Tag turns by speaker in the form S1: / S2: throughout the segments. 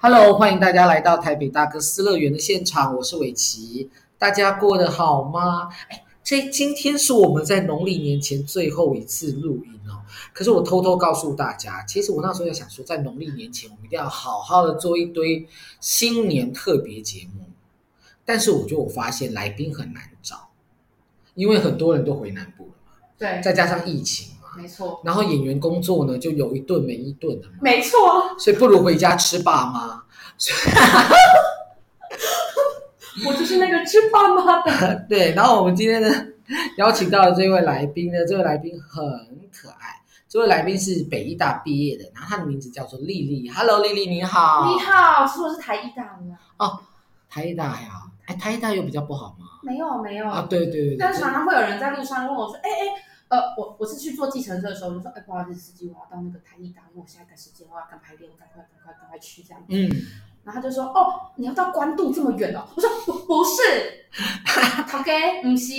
S1: Hello，欢迎大家来到台北大哥斯乐园的现场，我是伟奇，大家过得好吗？哎，这今天是我们在农历年前最后一次录音哦。可是我偷偷告诉大家，其实我那时候在想说，在农历年前我们一定要好好的做一堆新年特别节目，但是我觉得我发现来宾很难找，因为很多人都回南部了嘛，
S2: 对，
S1: 再加上疫情嘛，
S2: 没错，
S1: 然后演员工作呢就有一顿没一顿的嘛。
S2: 没错，
S1: 所以不如回家吃爸妈。
S2: 我就是那个吃爸妈的。
S1: 对，然后我们今天呢，邀请到的这位来宾呢，这位来宾很可爱。这位来宾是北医大毕业的，然后他的名字叫做丽丽。Hello，丽丽你好。
S2: 你好，其实我是台艺大的，
S1: 台医大呀，哎，台医大有比较不好吗？
S2: 没有没有。
S1: 啊，对对对对。
S2: 但是常常会有人在路上问我说，哎哎，呃，我我是去坐计程车的时候，我就说，哎，不好意思，司机，我要到那个台艺大，因为我下一个时间我要赶排练，赶快赶快赶快去这样。
S1: 嗯，
S2: 然后他就说，哦，你要到关渡这么远哦？我说不不是 ，OK，唔是，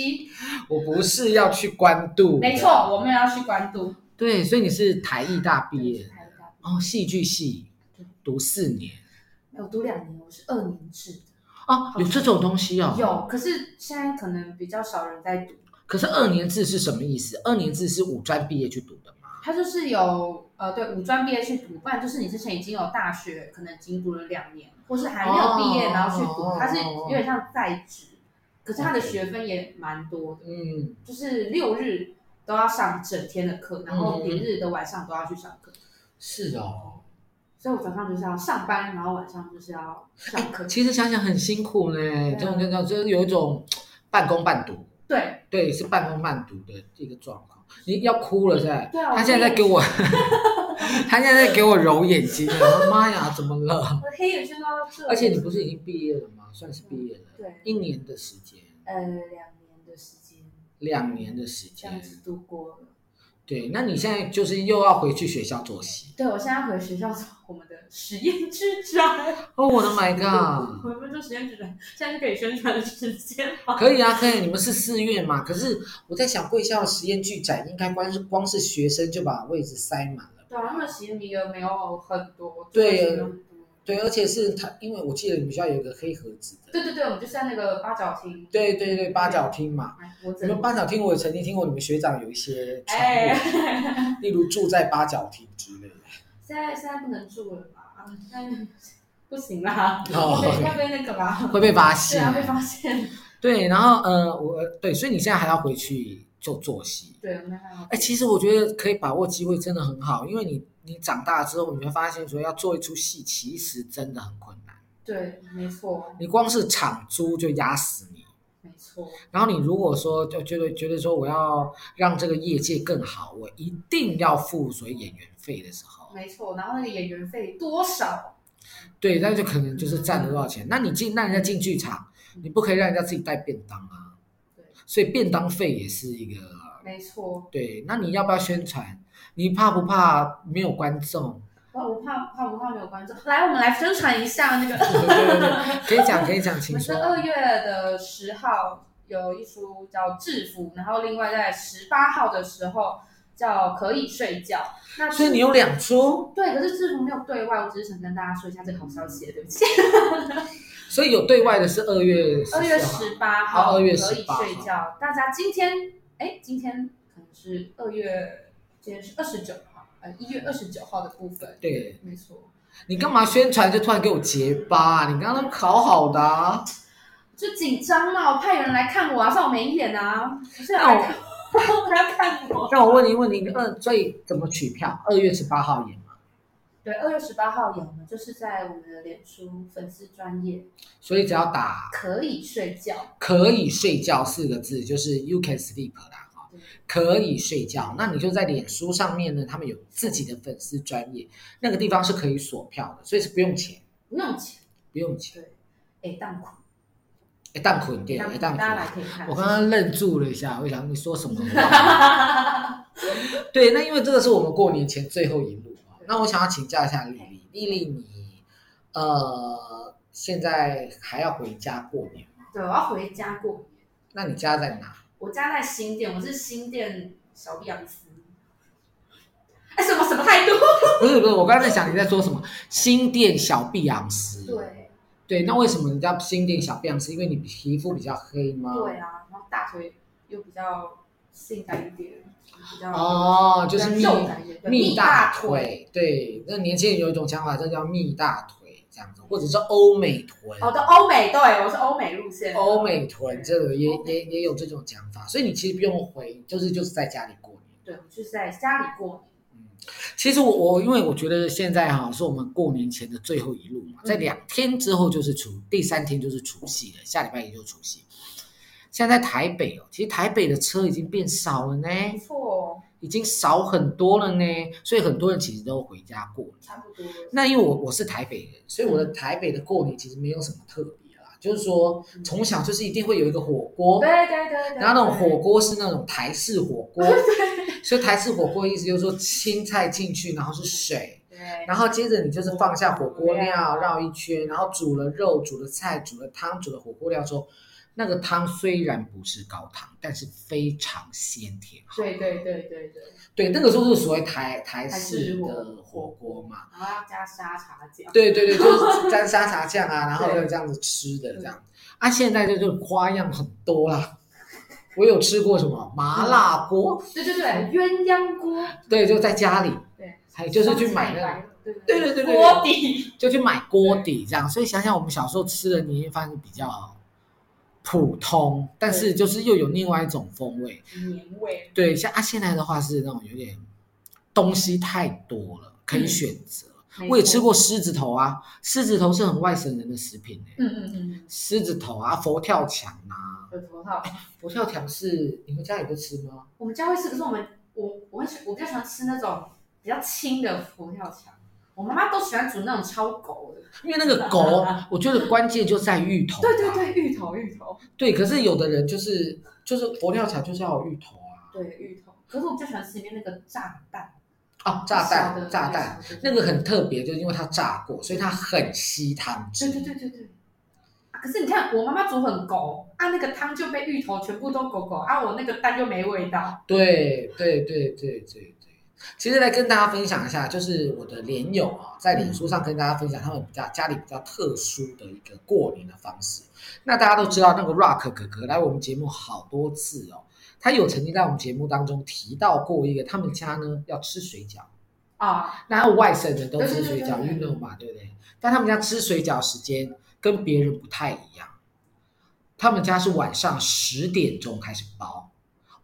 S1: 我不是要去关渡。
S2: 没。错，我们要去关渡。
S1: 对，所以你是台艺大毕
S2: 对，
S1: 业
S2: 是台艺大。
S1: 哦，戏剧系
S2: 对
S1: 读四年
S2: 哎我读两年，我是二年制的。
S1: 哦，有这种东西哦。。
S2: 有，可是现在可能比较少人在读。
S1: 可是二年制是什么意思？二年制是五专毕业去读的吗？
S2: 他就是有呃，对，五专毕业去读，不然就是你之前已经有大学，可能已经读了两年，或是还没有毕业、
S1: 哦
S2: 然后去读，他是
S1: 哦
S2: 有点像在职，可是他的学分也蛮多的，
S1: 嗯。
S2: 就是六日都要上整天的课，然
S1: 嗯
S2: 后平日的晚上都要去上课，
S1: 是哦，
S2: 所以我早上就是要上班，然后晚上就是要上课，
S1: 其实想想很辛苦呢，
S2: 啊
S1: 这种这种就是有一种半工半读，
S2: 对
S1: 对，是半工半读的一个状况。你要哭了是吧？
S2: 对啊，
S1: 他现在在给我， 他现在在给我揉眼睛，我说妈呀，怎么了？
S2: 我的黑眼圈都要到这，
S1: 而且你不是已经毕业了吗？算是毕业了，
S2: 对
S1: 一年的时间，
S2: 呃两年的时间
S1: 两年的时
S2: 这样
S1: 间，
S2: 子度过了。
S1: 对，那你现在就是又要回去学校做戏。
S2: 对，我现在回学校做我们的实验之宅。
S1: 哦，我的 my god！
S2: 我们做实验之宅，现在是可以宣传的时间吗？
S1: 可以啊，可以。你们是四月嘛？可是我在想，贵校实验剧展应该光是光是学生就把位置塞满了。
S2: 对啊，他们实验名额没有很多。
S1: 对
S2: 就是没有很多
S1: 对，而且是他，因为我记得你们学校有一个黑盒子的，
S2: 对对对，我们就在那个八角厅。
S1: 对对对，八角厅嘛。
S2: 哎，我
S1: 你
S2: 整
S1: 们
S2: 个
S1: 八角厅，我曾经听过你们学长有一些传闻，
S2: 哎，
S1: 例如住在八角厅之类的。
S2: 现在现在不能住了吧？啊现在不行啦，
S1: 哦
S2: 会被会被那个吧？
S1: 会被发
S2: 对
S1: 现。
S2: 啊，被发现。
S1: 对，然后呃，我对，所以你现在还要回去做作息。
S2: 对，我们还好。
S1: 哎，其实我觉得可以把握机会真的很好，因为你你长大之后，你会发现说要做一出戏，其实真的很困难。
S2: 对，没错，
S1: 你光是场租就压死你。
S2: 没错，
S1: 然后你如果说就觉得觉得说我要让这个业界更好，我一定要付所谓演员费的时候，
S2: 没错。然后那个演员费多少？
S1: 对，那就可能就是赚了多少钱。那你进让人家进剧场，你不可以让人家自己带便当啊
S2: 嗯对，
S1: 所以便当费也是一个
S2: 没错。
S1: 对。那你要不要宣传？你怕不怕没有观众？
S2: 哇，我怕怕不怕没有观众？来，我们来宣传一下那个，
S1: 对对对，可以讲可以讲，
S2: 我
S1: 请
S2: 们是
S1: 说。
S2: 二月的十号有一出叫《制服》，然后另外在十八号的时候叫《可以睡觉》。那
S1: 所以你有两出，
S2: 对，可是制服没有对外，我只是想跟大家说一下这个好消息，对不起。
S1: 所以有对外的是二月
S2: 二月
S1: 14号
S2: 十八号，
S1: 哦2月
S2: 可以
S1: 18号
S2: 睡觉。大家今天，哎，今天可能是二月，今天是二十九号，呃，一月二十九号的部分，
S1: 对
S2: 没错。
S1: 你干嘛宣传就突然给我结巴、啊你刚刚考好的、啊。
S2: 就紧张嘛，我怕有人来看我啊，算我没演啊，不是有人来看 我，他要看我。
S1: 那我问你问你，二所以怎么取票？二月十八号演嘛，
S2: 对，二月十八号演，我们就是在我们的脸书粉丝专业
S1: 所以只要打
S2: 可以睡觉，
S1: “可以睡觉”四个字，就是 “you can sleep” 啦，哈
S2: 对，
S1: 可以睡觉。那你就在脸书上面呢，他们有自己的粉丝专业，那个地方是可以锁票的，所以是不用钱，
S2: 不用钱，
S1: 不用钱。
S2: 哎，当苦，
S1: 哎，蛋捆
S2: 哎
S1: 店，哎，蛋
S2: 当苦，大家来
S1: 捆。
S2: 可以看。
S1: 我刚刚愣住了一下，我想你说什么？我忘了 对，那因为这个是我们过年前最后一幕啊。那我想要请教一下丽丽，丽丽你呃现在还要回家过年吗？
S2: 对，我要回家过年，
S1: 那你家在哪？
S2: 我家在新店，我是新店小碧昂斯。哎，什么什么态度？
S1: 不是不是，我刚才在想你在说什么？新店小碧昂斯。
S2: 对
S1: 对，那为什么人家新店小碧昂斯？因为你皮肤比较黑吗？
S2: 对啊，然后大腿又比较性感一点，比较
S1: 哦，
S2: 比
S1: 就
S2: 较
S1: 是蜜
S2: 肉感一点，对
S1: 蜜
S2: 大
S1: 大，腿，对，那年轻人有一种想法，这叫蜜大腿这样子，或者是欧美臀。
S2: 哦，对，欧美，对我是欧美路线，
S1: 欧美臀这个也
S2: 欧美
S1: 也也有这种讲法，所以你其实不用回，就是就是在家里过年。
S2: 对，我就是在家里过年，
S1: 其实我我因为我觉得现在哈、是我们过年前的最后一路嘛，
S2: 嗯
S1: 在两天之后就是除，第三天就是除夕了，下礼拜也就除夕。现在在台北哦，其实台北的车已经变少了呢，
S2: 不错，哦
S1: 已经少很多了呢，所以很多人其实都回家过年。
S2: 差不多了。
S1: 那因为我我是台北人，所以我的
S2: 嗯
S1: 台北的过年其实没有什么特别啦，就是说从小就是一定会有一个火锅，
S2: 嗯对对对对，
S1: 然后那种
S2: 对
S1: 火，锅是那种台式火锅， 所以台式火锅意思就是说青菜进去，然后是水，
S2: 对，啊然
S1: 然后接着你就是放下火锅料绕一圈，然后煮了肉、煮了菜、煮了汤、煮了火锅料之后，那个汤虽然不是高汤，但是非常鲜甜好。
S2: 对对对对对，
S1: 对，那个时候就是所谓台台
S2: 台
S1: 式
S2: 式火
S1: 的火锅嘛。
S2: 然后要加沙茶酱，
S1: 对对对，就是沾沙茶酱啊，然后
S2: 对
S1: 就这样子吃的这样。 啊，现在就是花样很多啦。我有吃过什么麻辣锅，
S2: 对对对，鸳鸯锅，
S1: 对，就在家里，
S2: 对，
S1: 还有就是去买那
S2: 那
S1: 个，，
S2: 对
S1: 对
S2: 对
S1: 对对对
S2: 锅底，
S1: 就去买锅底这样。所以想想我们小时候吃的年夜饭是比较普通，但是就是又有另外一种风味。
S2: 年味，
S1: 对，像啊现在的话是那种有点东西太多了，可以
S2: 嗯
S1: 选择。
S2: 没
S1: 我也
S2: 错
S1: 吃，过狮子头啊，狮子头是很外省人的食品欸
S2: 嗯嗯嗯
S1: 狮子头啊，佛跳墙啊
S2: 嗯，。有头套。
S1: 佛跳墙是你们家也会吃吗？
S2: 我们家会吃，可是我们我我很喜我比较喜欢吃那种比较轻的佛跳墙。我妈妈都喜欢煮那种超狗的，
S1: 因为那个狗，我觉得关键就在芋头、啊
S2: 对对，对，芋头芋头，
S1: 对。可是有的人就是就是佛跳墙就是要有芋头啊，
S2: 对芋头。可是我比较喜欢吃里面那个炸蛋，
S1: 啊炸
S2: 小的
S1: 弹炸弹，，
S2: 对
S1: 那个很特别，就是因为它炸过，所以它很吸汤汁。
S2: 对对对对对。啊可是你看，我妈妈煮很狗啊，那个汤就被芋头全部都狗狗啊，我那个蛋就没味道。
S1: 对对对对对对。其实来跟大家分享一下，就是我的连友啊，在脸书上跟大家分享他们比较家里比较特殊的一个过年的方式。那大家都知道，那个 Rock 哥哥来我们节目好多次哦，他有曾经在我们节目当中提到过一个，他们家呢要吃水饺，
S2: 啊，
S1: 那外省人都吃
S2: 对对
S1: 水
S2: 对
S1: 饺
S2: 对对
S1: 运动嘛，对不对？但他们家吃水饺时间跟别人不太一样，他们家是晚上十点钟开始包，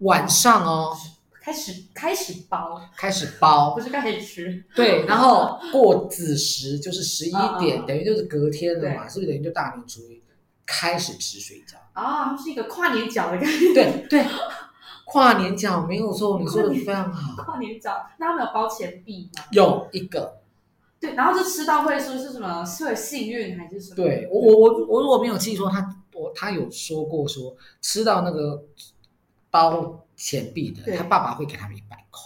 S1: 晚上哦
S2: 开始开始包，
S1: 开始包
S2: 不，是开始吃，
S1: 对，然后过子时就是十一
S2: 嗯
S1: 点，
S2: 嗯
S1: 等于就是隔天了嘛，是不是等于就大年初一开始吃水饺？
S2: 啊，是一个跨年饺的感觉。
S1: 对对，跨年饺没有错，你说的非常好。
S2: 跨年饺，那他们有包钱币吗？
S1: 有一个，
S2: 对，然后就吃到会说是什么是会幸运还是什么？
S1: 对我我我我如果没有记错，他我他有说过说吃到那个包钱币的，
S2: 对
S1: 他爸爸会给他们一百块。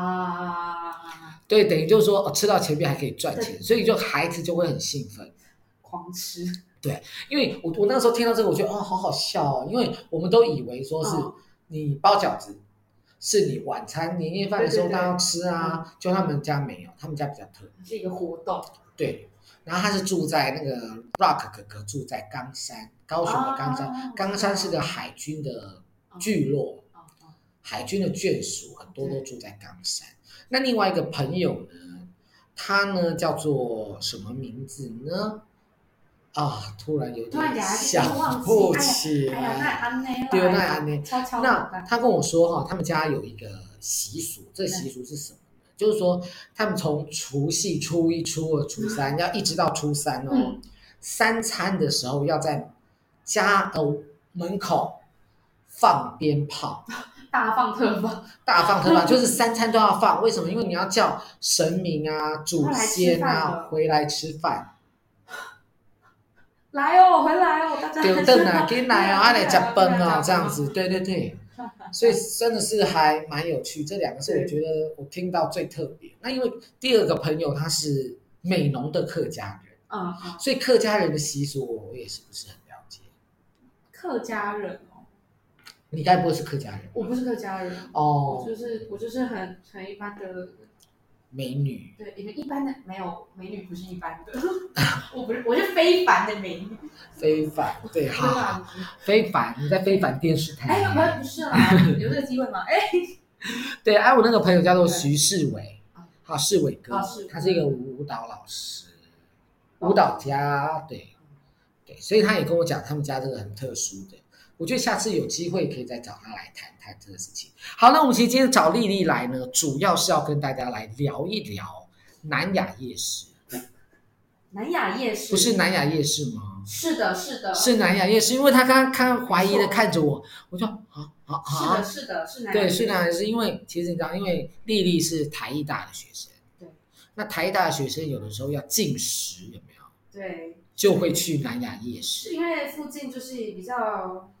S2: 啊，
S1: 对，等于就是说、哦、吃到钱币还可以赚
S2: 对
S1: 钱，所以就孩子就会很兴奋。
S2: 狂吃，
S1: 因为我我那时候听到这个，我觉得哦，好好笑哦，因为我们都以为说是
S2: 嗯
S1: 你包饺子，是你晚餐年夜饭的时候
S2: 对对对
S1: 大家要吃啊，就他们家没有，他们家比较特别
S2: 是一个活动。
S1: 对。然后他是住在那个 Rock 哥哥住在冈山，高雄的冈山，
S2: 啊
S1: 冈山是个海军的聚落，
S2: 哦哦
S1: 海军的眷属很多都住在冈山。那另外一个朋友呢，他呢叫做什么名字呢？啊，突然有
S2: 突然
S1: 点
S2: 给他
S1: 想
S2: 忘记
S1: 不
S2: 哎呀
S1: 起
S2: 哎呀，那
S1: 来。
S2: 安内啦，
S1: 对那安内
S2: 超超
S1: 那他跟我说哈、他们家有一个习俗，这习
S2: 嗯
S1: 俗是什么呢？就是说，他们从除夕、初一、初二、初三，要一直到初三哦，
S2: 嗯
S1: 三餐的时候要在家呃门口放鞭炮。
S2: 大放特放，
S1: 大放特放，就是三餐都要放。为什么？因为你要叫神明啊、祖先啊回来吃饭。
S2: 来哦，回来哦，大家
S1: 点凳啊，给奶啊，阿来加崩啊，这样。
S2: 对
S1: 子。对对 对，所以真的是还蛮有趣。这两个是我觉得我听到最特别。那因为第二个朋友他是美浓的客家人，
S2: 嗯，嗯
S1: 所以客家人的习俗我也是不是很了解。
S2: 客家人哦，
S1: 你该不会是客家人吧？
S2: 我不是客家人，
S1: 哦
S2: 我，就是我就是很很一般的
S1: 美女，
S2: 对，你们一般的没有美女不是一般的， 我不是我是非凡的美女，
S1: 非凡，对，
S2: 对
S1: 好，好
S2: 吧？
S1: 非凡，你在非凡电视
S2: 哎，
S1: 台，
S2: 我 不是啦，有这个机会吗？哎，
S1: 对，哎，我那个朋友叫做徐世伟
S2: 啊，
S1: 好，世伟哥
S2: 啊世伟，
S1: 他是一个舞蹈老师，舞蹈家，对，对，所以他也跟我讲，他们家这个很特殊的，我觉得下次有机会可以再找他来谈谈这个事情。好，那我们其实今天找丽丽来呢，主要是要跟大家来聊一聊南雅夜市，
S2: 南雅夜市
S1: 不是南雅夜市吗？
S2: 是的，是的，
S1: 是南雅夜市，因为他刚刚看怀疑的看着我，我就啊啊
S2: 是
S1: 啊
S2: 的，，是的，是南雅
S1: 对，
S2: 夜市
S1: 虽然是因为其实你知道，因为丽丽是台艺大的学生，
S2: 对，
S1: 那台艺大的学生有的时候要进食，有没有
S2: 对，
S1: 就会去南雅夜
S2: 是
S1: 市，
S2: 因为附近就是比较。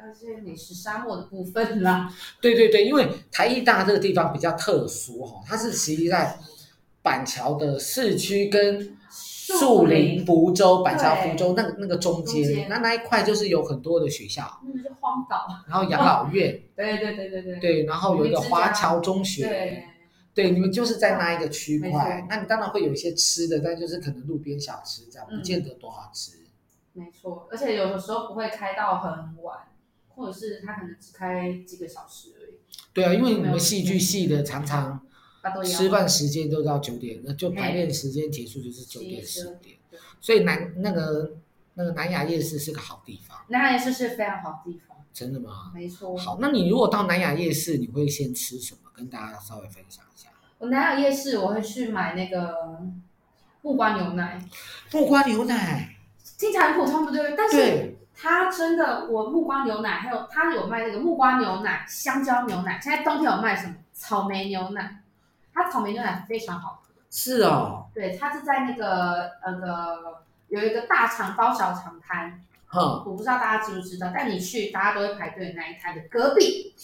S2: 比较是美食沙漠的部分啦，
S1: 对对对，因为台艺大这个地方比较特殊哈、哦，它是其实在板桥的市区跟树林、福州、板桥、
S2: 对
S1: 福州那个那个中
S2: 中
S1: 间
S2: 间，
S1: 那那一块就是有很多的学校，
S2: 那个是荒岛。
S1: 然后养老院，
S2: 对对对对对
S1: 对，然后有一个
S2: 我们之家
S1: 华侨中学，
S2: 对，
S1: 对，你们就是在那一个区
S2: 没
S1: 块
S2: 错，
S1: 那你当然会有一些吃的，但就是可能路边小吃这样，不见得多好吃。
S2: 没错，而且有的时候不会开到很晚，或者是他可能只开几个小时而已。
S1: 对啊，因为你们戏剧系的常常
S2: 巴多
S1: 吃
S2: 羊
S1: 饭时间都到九点，那就排练时间结束就是九点
S2: 是
S1: 十
S2: 的
S1: 点
S2: 对，
S1: 所以南那个那个南雅夜市是个好地方，
S2: 那也是是非常好的地方，
S1: 真的吗？
S2: 没错。
S1: 好，那你如果到南雅夜市，你会先吃什么？跟大家稍微分享一下。
S2: 我南雅夜市我会去买那个木瓜牛奶，
S1: 木瓜牛奶，
S2: 听起来很普通，对不对？但是
S1: 对，
S2: 它真的，我木瓜牛奶还有它有卖那个木瓜牛奶、香蕉牛奶，现在冬天有卖什么草莓牛奶，它草莓牛奶非常好喝
S1: 是哦，
S2: 对，它是在那个呃那个有一个大肠包小肠摊，
S1: 哼，
S2: 我不知道大家知不知道，但你去大家都会排队的那一摊的隔壁，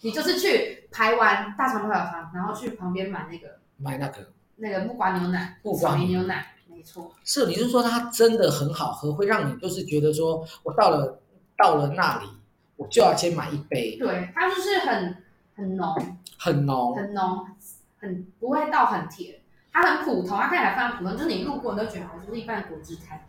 S2: 你就是去排完大肠包小肠，然后去旁边买那个
S1: 买那个
S2: 那个木瓜牛奶、
S1: 木瓜
S2: 草莓
S1: 牛
S2: 牛奶，没错，
S1: 是，你是说它真的很好喝，会让你就是觉得说我到了到了那里，我就要先买一杯，
S2: 对，它就是很很浓、
S1: 很浓。
S2: 很浓、很不会到很甜，它很普通，它看起来非常普通，就是你路过你都觉得好像就是一般的果汁摊，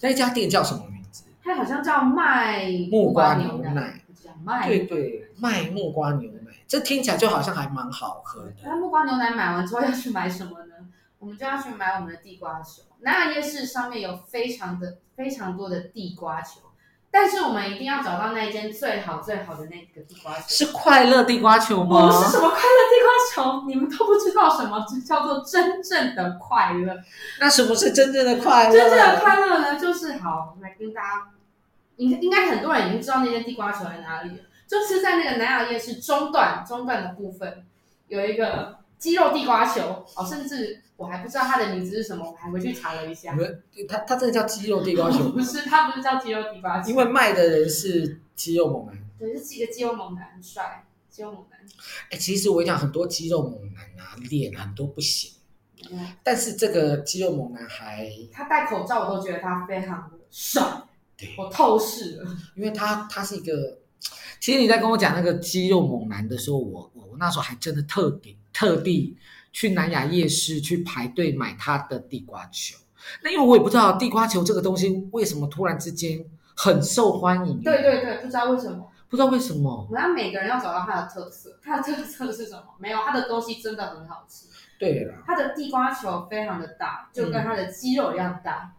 S1: 那一家店叫什么名字？
S2: 它好像叫卖
S1: 木瓜
S2: 牛
S1: 牛奶，
S2: 叫卖
S1: 对对，卖木瓜牛奶，这听起来就好像还蛮好喝
S2: 那
S1: 的。
S2: 木瓜牛奶买完之后要去买什么呢？我们就要去买我们的地瓜球。南雅夜市上面有非常的非常多的地瓜球，但是我们一定要找到那一间最好最好的那个地瓜球。
S1: 是快乐地瓜球吗
S2: 不？是什么快乐地瓜球，你们都不知道什么叫做真正的快乐。
S1: 那什么是真正的快乐？
S2: 真正的快乐呢，就是好来跟大家，应应该很多人已经知道那间地瓜球在哪里了，就是在那个南雅夜市中段中段的部分有一个鸡肉地瓜球哦，甚至我还不知道它的名字是什么，我还回去查了一下
S1: 你，们它它这个叫鸡肉地瓜球
S2: 不，是它不是叫鸡肉地瓜球，
S1: 因为卖的人是鸡肉猛男。
S2: 对，是一个鸡肉猛男，很帅，鸡肉猛男，
S1: 哎，其实我跟你讲很多鸡肉猛男啊，脸很多不行，
S2: 嗯
S1: 但是这个鸡肉猛男还
S2: 他戴口罩我都觉得他非常的帅
S1: 对，
S2: 我透视了，
S1: 因为他他是一个，其实你在跟我讲那个肌肉猛男的时候，我我我那时候还真的特地特地去南雅夜市去排队买他的地瓜球。那因为我也不知道地瓜球这个东西为什么突然之间很受欢迎，啊
S2: 对对，对，不知道为什么。
S1: 不知道为什么，
S2: 我们要每个人要找到它的特色，它的特色是什么？没有，它的东西真的很好吃。
S1: 对啦，
S2: 它的地瓜球非常的大，就跟它的鸡肉一样大。
S1: 嗯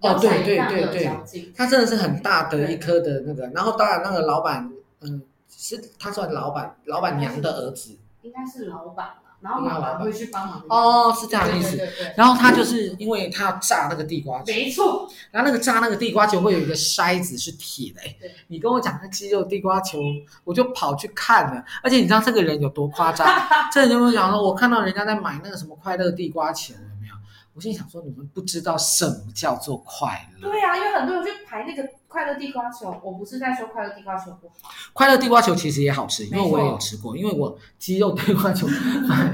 S1: 哦
S2: 咬起来
S1: 对对
S2: 非常的有
S1: 对对
S2: 嚼劲
S1: 它真的是很大的一颗的那个，然后当然那个老板，嗯，是他算老板老板娘的儿子，
S2: 应该是老板吧，然后
S1: 应该
S2: 妈
S1: 老板
S2: 妈会去帮忙的。，
S1: 哦，是这样的
S2: 对
S1: 意
S2: 对
S1: 思。
S2: 对对，
S1: 然后他就是因为他要炸那个地瓜球，
S2: 没错，
S1: 然后那个炸那个地瓜球会有一个筛子是铁的、欸
S2: 对，
S1: 你跟我讲那鸡肉地瓜球，我就跑去看了。而且你知道这个人有多夸 张？这人就跟我讲说，我看到人家在买那个什么快乐地瓜球，有没有？我心里想说，你们不知道什么叫做快乐。
S2: 对啊，因为很多人去排那个快乐地瓜球，我不是在说快乐地瓜球不好，
S1: 快乐地瓜球其实也好吃，因为
S2: 没错
S1: 我也有吃过，因为我鸡肉地瓜球买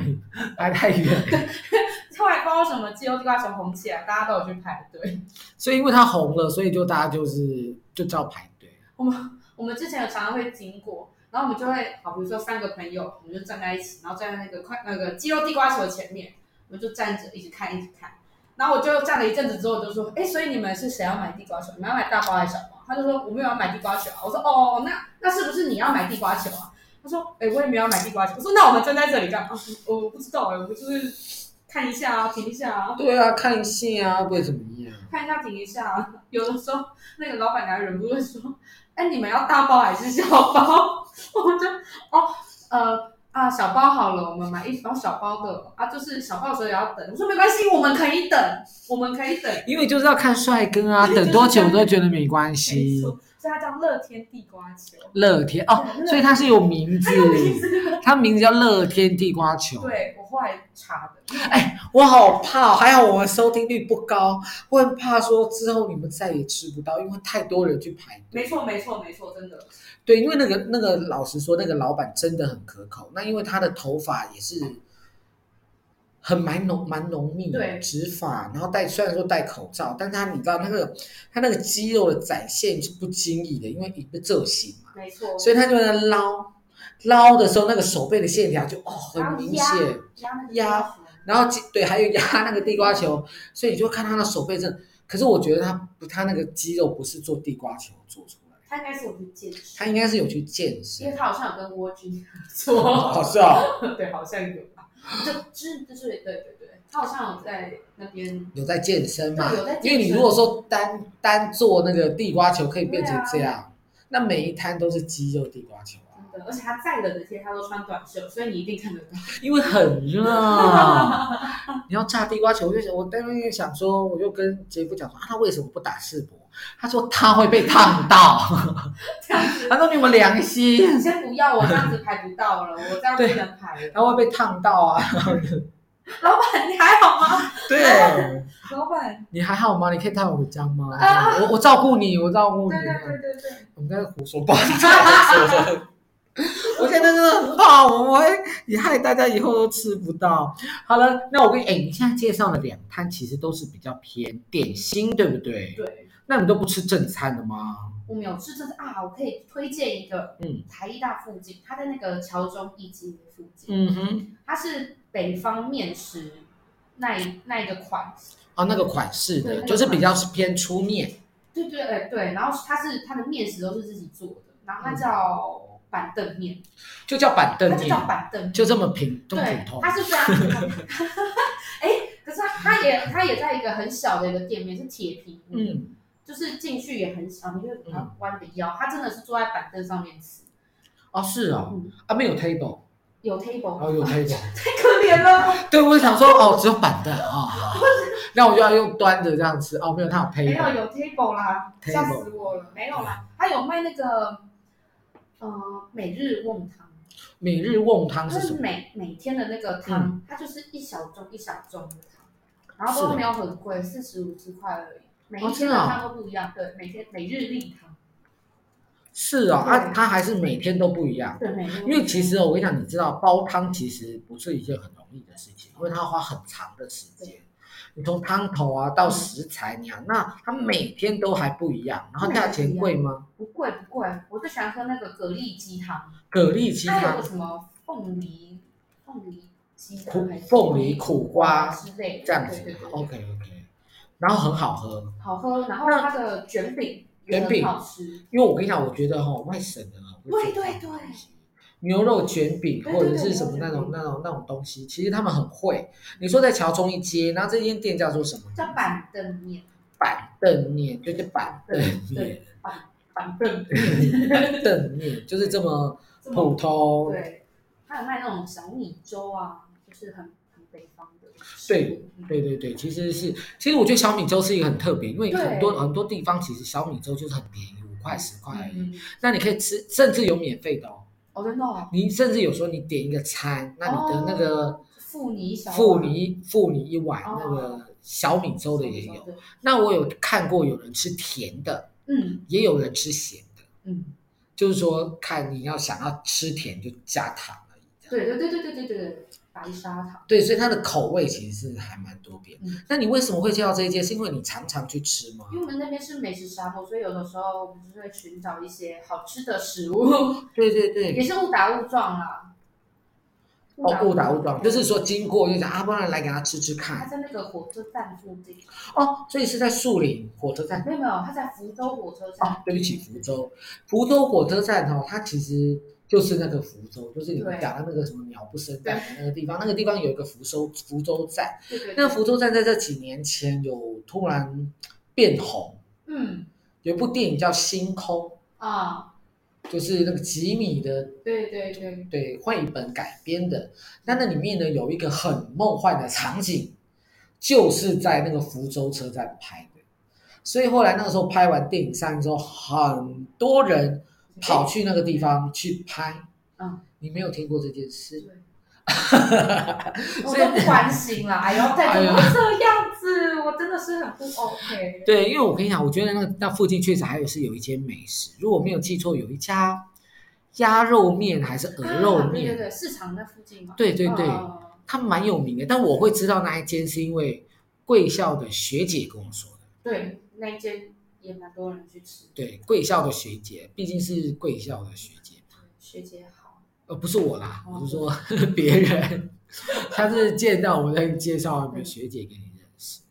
S1: 买太 远，
S2: 后来不知道为什么鸡肉地瓜球红起来，大家都有去排队。
S1: 所以因为它红了，所以就大家就是就照排队。
S2: 我们之前有常常会经过，然后我们就会好，比如说三个朋友，我们就站在一起，然后站在那个快那个鸡肉地瓜球前面，我们就站着一直看一直看。然后我就站了一阵子之后，我就说，哎，所以你们是谁要买地瓜球？你们要买大包还是小包？他就说我没有要买地瓜球啊。我说哦，那那是不是你要买地瓜球啊？他说，哎，我也没有要买地瓜球。我说那我们站在这里干嘛？我不知道哎、我就是看一下啊，停一下啊，
S1: 对啊，看一下啊，不会怎么样。
S2: 看一下停一下啊。 有的时候那个老板娘忍不住会说，哎，你们要大包还是小包？ 我们就哦，呃。啊，小包好了，我们买一包小包的啊，就是小包的时候也要等。我说没关系，我们可以等，我们可以等。
S1: 因为就是要看帅哥啊，等多久都觉得没关
S2: 没
S1: 系。
S2: 错，所以它叫乐天地瓜球。
S1: 乐天哦，所以它是有名字
S2: 它，有名字的。
S1: 它名字叫乐天地瓜球。
S2: 对，我后来查的。
S1: 我好怕哦，还好我们收听率不高，我很怕说之后你们再也吃不到，因为太多人去排队。
S2: 没错，没错，没错，真的。
S1: 对，因为那个那个老实说，那个老板真的很可口。那因为他的头发也是很蛮浓蛮浓密，
S2: 对
S1: 直发，然后戴虽然说戴口罩，但他你知道那个他那个肌肉的展现是不经意的，因为一个这型嘛，
S2: 没错。
S1: 所以他就在那捞捞的时候，那个手背的线条就哦
S2: 然
S1: 很
S2: 后
S1: 明
S2: 压
S1: 显。
S2: 压那个
S1: 压
S2: 地瓜球
S1: 然后肌对，还有压那个地瓜球，所以你就看他的手背真的。可是我觉得他不，他那个肌肉不是做地瓜球做出来的，
S2: 他应该是有去健身，
S1: 他应该是有去健
S2: 因为
S1: 身。哦啊
S2: 他好像有跟 蜗居做，
S1: 好笑，
S2: 对，好像有吧。就知就是对对对，他好像有在那边。
S1: 有在健身嘛
S2: 对有在？
S1: 因
S2: 健身
S1: 为你如果说单单做那个地瓜球可以变成这
S2: 啊
S1: 样，那每一摊都是肌肉地瓜球啊，
S2: 真的，而且他再冷的天，他都穿短袖，所以你一定看得到。
S1: 因为很热。啊你要炸地瓜球，我就想，我当时想说，我就跟杰夫讲说，啊，他为什么不打世博？他说他会被烫到，
S2: 这样 子，
S1: 他说你有没有良心？
S2: 你先不要，我这样子排不到了，我这样不能排了。
S1: 他会被烫到啊。
S2: 老板，你还好吗？
S1: 对，
S2: 老板，
S1: 你还好吗？你可以带我回家 吗？
S2: 啊
S1: 我我照顾你，我照顾
S2: 对
S1: 你。
S2: 对对对对。
S1: 我们在胡说八道。我现在真的很怕，我会也害大家以后都吃不到。好了，那我跟哎、你现在介绍了两摊，其实都是比较偏点心，对不对？
S2: 对，
S1: 那你都不吃正餐的吗？
S2: 我们有吃，这是啊，我可以推荐一个，
S1: 嗯
S2: 嗯，台艺大附近，它在那个桥中艺街附近，
S1: 嗯哼，
S2: 它是北方面食那一那一个款式，
S1: 哦，那个款式
S2: 对
S1: 的，
S2: 那个
S1: 就是比较是偏粗面。
S2: 对对哎对，然后它是它的面食都是自己做的，然后它叫板凳面，
S1: 就叫板嗯凳
S2: 它就
S1: 面，
S2: 叫板凳面，
S1: 就这么平，这么
S2: 对
S1: 普，通
S2: 它。是非常， 哎，可是它也它也在一个很小的一个店面，是铁皮屋，
S1: 嗯，
S2: 就是进去也很小，你就
S1: 嗯
S2: 啊弯着腰，它真的是坐在板凳上面吃，
S1: 哦，是哦，
S2: 嗯，
S1: 啊，没有 table，
S2: 有 table，
S1: 哦，有 table。
S2: 太可怜了。
S1: 对，我想说哦，只有板凳啊，那、我就要用端着这样吃哦，没有，它有配
S2: 没有有 table 啦，
S1: Table
S2: 吓死我了，没有啦，他有卖那个呃每日瓮汤，
S1: 每日瓮汤
S2: 就
S1: 什
S2: 是是
S1: 么？嗯
S2: 每每天的那个汤，它就是一小盅一小盅的汤，然后
S1: 是
S2: 都
S1: 哦
S2: 没有很贵，四十五十块而已，每一
S1: 哦
S2: 天
S1: 真的
S2: 的
S1: 哦
S2: 汤都不一样，对，每天每日例汤，
S1: 是哦，它
S2: 对
S1: 它还是每天都不一样，
S2: 对，每日例汤
S1: 因为其实哦，我跟你讲，你知道煲汤其实不是一件很容易的事情，因为它要花很长的时间。你从汤头啊到食材你啊，那它每天都还不一样，然后价钱贵吗？
S2: 不贵不贵，我最喜欢喝那个蛤蜊鸡汤，
S1: 蛤蜊鸡
S2: 它有
S1: 汤
S2: 个什么凤梨凤梨鸡
S1: 苦
S2: 汤还是
S1: 凤梨苦瓜
S2: 之类的，
S1: 这样子哦
S2: 对对对对
S1: ，OK OK，然后很好喝，
S2: 好喝，然后
S1: 那
S2: 它的卷饼也
S1: 卷饼
S2: 很好吃，
S1: 因为我跟你讲，我觉得哈、哦、外省人很会
S2: 对
S1: 做
S2: 对
S1: 这种
S2: 对
S1: 东西牛肉卷饼
S2: 对
S1: 或者
S2: 对对
S1: 是什么
S2: 牛肉
S1: 那种
S2: 卷饼
S1: 那种那种东西，其实他们很会。你说在桥中一街，那这间店叫做什么？
S2: 叫板凳面，
S1: 板凳面，就是板凳面，
S2: 对，板板凳面，
S1: 板凳面 就是这么
S2: 这
S1: 普
S2: 么
S1: 通。
S2: 嗯对，还有卖那种小米粥啊，就是很很北方的食
S1: 对
S2: 物，嗯
S1: 对对对，其实是，其实我觉得小米粥是一个很特别，因为
S2: 对
S1: 很多很多地方其实小米粥就是很便宜，五块十块而已。
S2: 嗯，
S1: 那你可以吃，甚至有免费的哦。
S2: 哦真的哦，
S1: 你甚至有时候你点一个餐，那你的那个
S2: 富尼小
S1: 付
S2: 米
S1: 你付你一碗
S2: 哦
S1: 那个小米粥
S2: 粥
S1: 的也有。
S2: 对，
S1: 那我有看过有人吃甜的，
S2: 嗯
S1: 也有人吃咸的，
S2: 嗯，
S1: 就是说看你要想要吃甜就加糖而已。这样
S2: 对对对对对对对对，白砂糖。
S1: 对，所以它的口味其实是还蛮多变。
S2: 嗯
S1: 那你为什么会介绍这一间？是因为你常常去吃吗？
S2: 因为我们那边是美食沙漠，所以有的时候我们就会寻找一些好吃的食物，
S1: 对对对，
S2: 也是误打误撞啦。
S1: 哦，误打误撞，就是说经过就想啊，不然来给他吃吃
S2: 他
S1: 看。
S2: 在那个火车站附近，
S1: 哦，所以是在树林火车站。
S2: 没有没有，他在福州火车
S1: 哦
S2: 站。，
S1: 对不起，福州，福州火车站哦，它其实就是那个福州，就是你们
S2: 对
S1: 讲的那个什么鸟不生蛋的那个地方，那个地方有一个福州福州站，
S2: 对对
S1: 那
S2: 对，
S1: 福州站在这几年前有突然变红，
S2: 嗯
S1: 有一部电影叫《星空
S2: 啊，》，
S1: 就是那个吉米的
S2: 对对对，
S1: 对绘本改编的。那那里面呢有一个很梦幻的场景，就是在那个福州车站拍的。所以后来那个时候拍完电影上映之后，很多人跑去那个地方去拍。
S2: 嗯，
S1: 你没有听过这件事？
S2: 我都不关 心啦，哎呦，再怎么会这样子，我真的是很不 OK。
S1: 对，因为我跟你讲，我觉得那个那附近确实还有是有一间美食，如果没有记错，有一家鸭肉面还是鹅肉
S2: 啊对对
S1: 面，
S2: 对，市场在附近嘛。
S1: 对对对
S2: 嗯
S1: 它蛮有名的。但我会知道那一间是因为贵校的学姐跟我说的。
S2: 对，那一间也蛮多人去吃，
S1: 对，贵校的学姐，毕竟是贵校的学姐，
S2: 学姐好。
S1: 呃，不是我啦，
S2: 哦
S1: 我是说 别人，他是见到我在介绍你们学姐给你认识，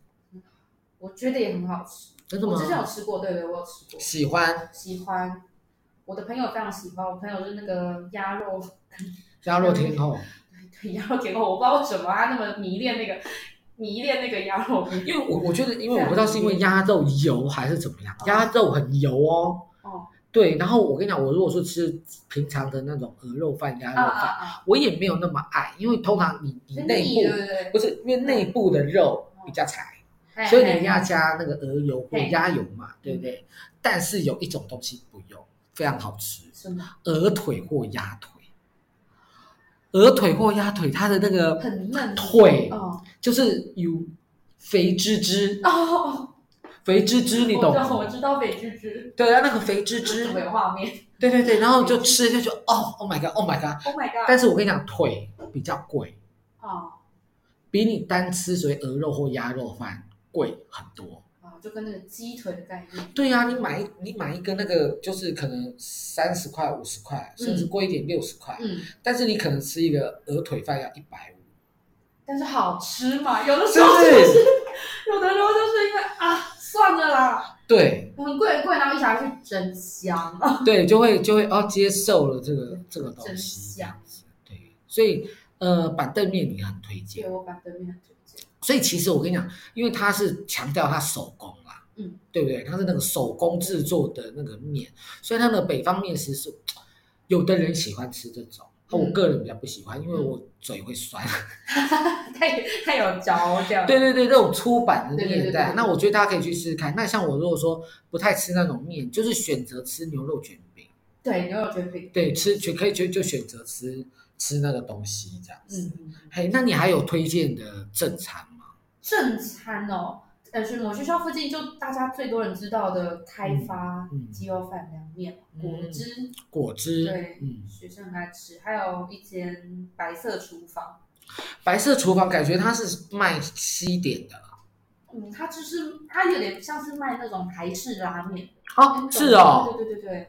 S2: 我觉得也很好吃，
S1: 真的
S2: 我之前有
S1: 吗？
S2: 吃过，对对，我有吃过，
S1: 喜欢
S2: 喜欢。我的朋友非常喜欢，我朋友是那个鸭肉，
S1: 鸭肉天后，
S2: 对鸭肉给我，我不知道为什么他那么迷恋那个 迷恋那个鸭肉面，
S1: 因为我我觉得，因为我不知道是因为
S2: 啊
S1: 鸭肉油还是怎么样，鸭肉很油哦。
S2: 哦，
S1: 对，然后我跟你讲，我如果说吃平常的那种鹅肉饭、鸭
S2: 啊
S1: 肉
S2: 啊
S1: 饭，
S2: 啊，
S1: 我也没有那么爱，因为通常你你
S2: 很
S1: 内
S2: 腻
S1: 部
S2: 对不对？
S1: 不是因为内
S2: 嗯
S1: 部的肉
S2: 哦
S1: 比较柴。
S2: 哎
S1: 所以你一定
S2: 哎嗯
S1: 要加那个鹅油或
S2: 嘿
S1: 鸭油嘛，对不对？但是有一种东西不用，非常好吃，
S2: 什么
S1: 鹅腿或鸭腿。鹅腿或鸭腿，它的那个
S2: 很嫩
S1: 腿
S2: 哦
S1: 就是有肥滋滋，
S2: 哦哦，
S1: 肥滋滋，你懂
S2: 我知道我
S1: 吗？
S2: 知道北芝芝，
S1: 对啊，那个肥滋滋
S2: 怎，么有画面
S1: 对对对，然后就吃就觉得哦，Oh my god，Oh my god！
S2: ？Oh my god！
S1: 但是我跟你讲，腿比较贵，
S2: 哦
S1: 比你单吃所谓鹅肉或鸭肉饭贵很多。
S2: 哦，就跟那个鸡腿的概念，
S1: 对啊呀、你买一你买一根那个就是可能三十块、五十块，甚至贵一点六十块，
S2: 嗯，
S1: 但是你可能吃一个鹅腿饭要一百五，
S2: 但是好吃嘛，有的时
S1: 是
S2: 候
S1: 不
S2: 就是
S1: 是？
S2: 有的时候就是因为啊，算了啦，
S1: 对
S2: 很贵很贵，然后一想要去真香啊，
S1: 对，就会就会哦接受了这个这个东
S2: 嗯真
S1: 西，
S2: 香
S1: 对，所以呃板凳面你很推
S2: 对
S1: 荐，
S2: 我板凳面很推荐，
S1: 所以其实我跟你讲，因为它是强调它手工啦，
S2: 嗯，
S1: 对不对？它是那个手工制作的那个面，所以它的北方面食是有的人喜欢吃这种，
S2: 嗯
S1: 我个人比较不喜欢，因为我嘴会酸。
S2: 太太有嚼劲，
S1: 对对对，这种粗版的
S2: 对对对
S1: 面
S2: 对
S1: 袋，
S2: 对
S1: 那我觉得大家可以去试试看。那像我如果说不太吃那种面，就是选择吃牛肉卷饼，
S2: 对牛肉卷饼，
S1: 对，吃就可以就就选择吃吃那个东西这样子。
S2: 嗯，
S1: 嘿，那你还有推荐的正餐吗？
S2: 正餐哦。呃，是我学校附近就大家最多人知道的开发
S1: 嗯嗯
S2: 鸡肉饭、凉面、果
S1: 嗯
S2: 汁，
S1: 果汁，
S2: 对
S1: 嗯，
S2: 学生很爱吃，还有一间白色厨房，
S1: 白色厨房感觉它是卖西点的
S2: 嗯，它就是它有点像是卖那种台式拉面，
S1: 哦，是哦。
S2: 对对对对对，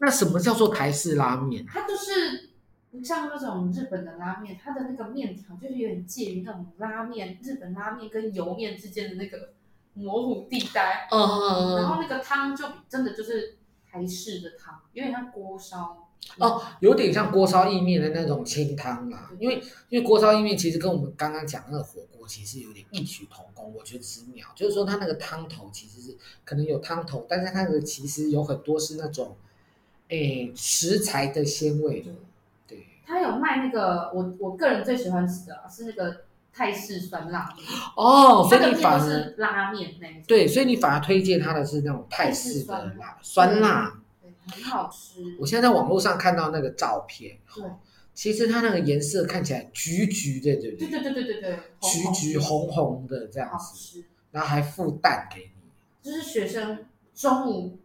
S1: 那什么叫做台式拉面？啊
S2: 它就是像那种日本的拉面，它的那个面条就是有点介于那种拉面、日本拉面跟油面之间的那个模糊地带，然
S1: 呃，
S2: 后那个汤就真的就是台式的汤，有点像锅烧
S1: 哦，有点像锅烧意面的那种清汤啦，因为因为锅烧意面其实跟我们刚刚讲那个火锅其实有点异曲同工，我觉得之妙，就是说它那个汤头其实是可能有汤头，但是它的其实有很多是那种，诶食材的鲜味，对，
S2: 它有卖那个我我个人最喜欢吃的啊是那个泰式酸辣面，
S1: 哦，所
S2: 它
S1: 以
S2: 的
S1: 你
S2: 面
S1: 反
S2: 都
S1: 而
S2: 是拉面那一种，
S1: 对，所以你反而推荐它的是那种泰
S2: 泰
S1: 式
S2: 式
S1: 的
S2: 酸
S1: 辣酸辣，
S2: 对，很好吃
S1: 我。现在在网络上看到那个照片，
S2: 对
S1: 其实它那个颜色看起来橘橘的，对不
S2: 对
S1: 对？
S2: 对对对对对，
S1: 橘
S2: 红
S1: 橘红红的这样
S2: 好
S1: 子，
S2: 吃。
S1: 然后还附蛋给你。
S2: 就是学生中午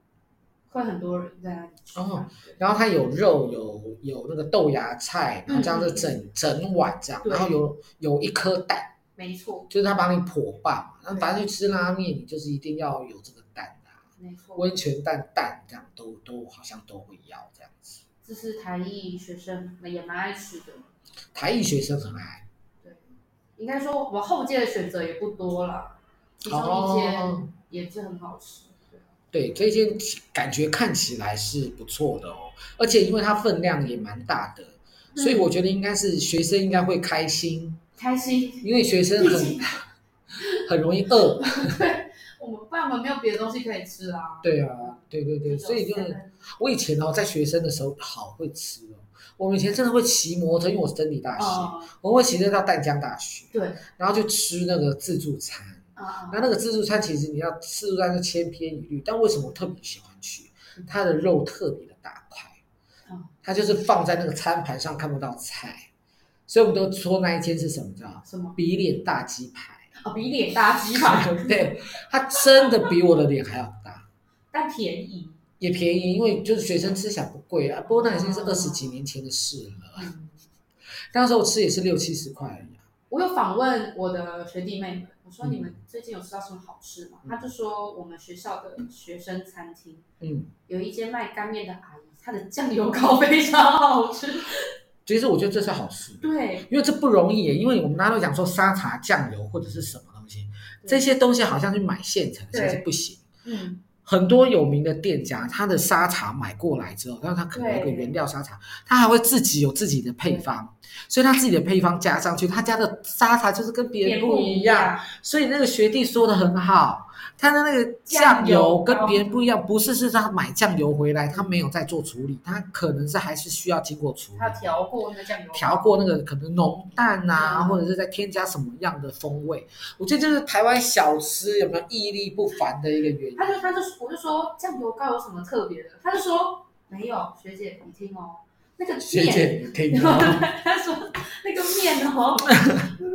S2: 会很多人在那里吃饭。
S1: 哦
S2: 对
S1: 然后它有肉，有有那个豆芽菜，然后这样子整、整碗这样，
S2: 对
S1: 然后有有一颗蛋，
S2: 没错，
S1: 就是它把你破半嘛。那反正去吃拉面，你就是一定要有这个蛋的、啊，
S2: 没错，
S1: 温泉蛋蛋这样都都好像都会要这样子。
S2: 这是台艺学生也蛮爱吃的。
S1: 台艺学生很爱，
S2: 对，应该说我后街的选择也不多了，其中一
S1: 哦
S2: 间也是很好吃。对
S1: 对这间感觉看起来是不错的哦，而且因为它分量也蛮大的，所以我觉得应该是学生应该会开心，
S2: 开心，
S1: 因为学生
S2: 毕
S1: 很
S2: 竟
S1: 很容易饿。
S2: 我们不然我们没有别的东西可以吃啊。
S1: 对啊，对对对，所以就
S2: 这种
S1: 是。我以前哦，在学生的时候好会吃哦。我们以前真的会骑摩托车，因为我是真理大系，
S2: 哦，
S1: 我们会骑车到淡江大学，
S2: 对，
S1: 然后就吃那个自助餐。
S2: 啊
S1: 那那个自助餐其实你要自助餐就千篇一律，但为什么我特别喜欢去
S2: 嗯？
S1: 它的肉特别的大块
S2: 哦，
S1: 它就是放在那个餐盘上看不到菜，所以我们都说那一间是什么？你知道吗？
S2: 什么？
S1: 比脸大鸡排，
S2: 哦，比脸大鸡排，
S1: 对，它真的比我的脸还要大。
S2: 但便宜。
S1: 也便宜，因为就是学生吃起来不贵啊。不过那已经是
S2: 哦
S1: 二十几年前的事了，
S2: 嗯，
S1: 那时候吃也是六七十块而已啊、
S2: 我有访问我的学弟妹们，我说
S1: 嗯
S2: 你们最近有吃到什么好吃吗？
S1: 嗯
S2: 他就说我们学校的学生餐厅
S1: 嗯，
S2: 有一间卖干面的阿姨，她的酱油糕非常好吃。
S1: 其实我觉得这是好事，
S2: 对，
S1: 因为这不容易耶。因为我们大家都讲说沙茶酱油或者是什么东西，这些东西好像去买现成的其
S2: 对
S1: 实不行。
S2: 嗯，
S1: 很多有名的店家，他的沙茶买过来之后，但是他可能有个
S2: 对
S1: 原料沙茶，他还会自己有自己的配方，所以他自己的配方加上去，他家的沙茶就是跟别人
S2: 也
S1: 不
S2: 不
S1: 一
S2: 一
S1: 样。
S2: 样。
S1: 所以那个学弟说的很好，他的那个酱油跟别人不一样，不是是他买酱油回来，他没有再做处理，他可能是还是需要经过处
S2: 他
S1: 理，
S2: 调过那酱油，
S1: 调过那个可能浓淡啊，
S2: 嗯
S1: 或者是再添加什么样的风味。我觉得这是台湾小吃有没有屹立不凡的一个原因。
S2: 他就他就我就说酱油膏有什么特别的？他就说没有，学姐你听哦，那个
S1: 学
S2: 面，
S1: 姐，你听
S2: 然后
S1: 吗？
S2: 他说那个面哦，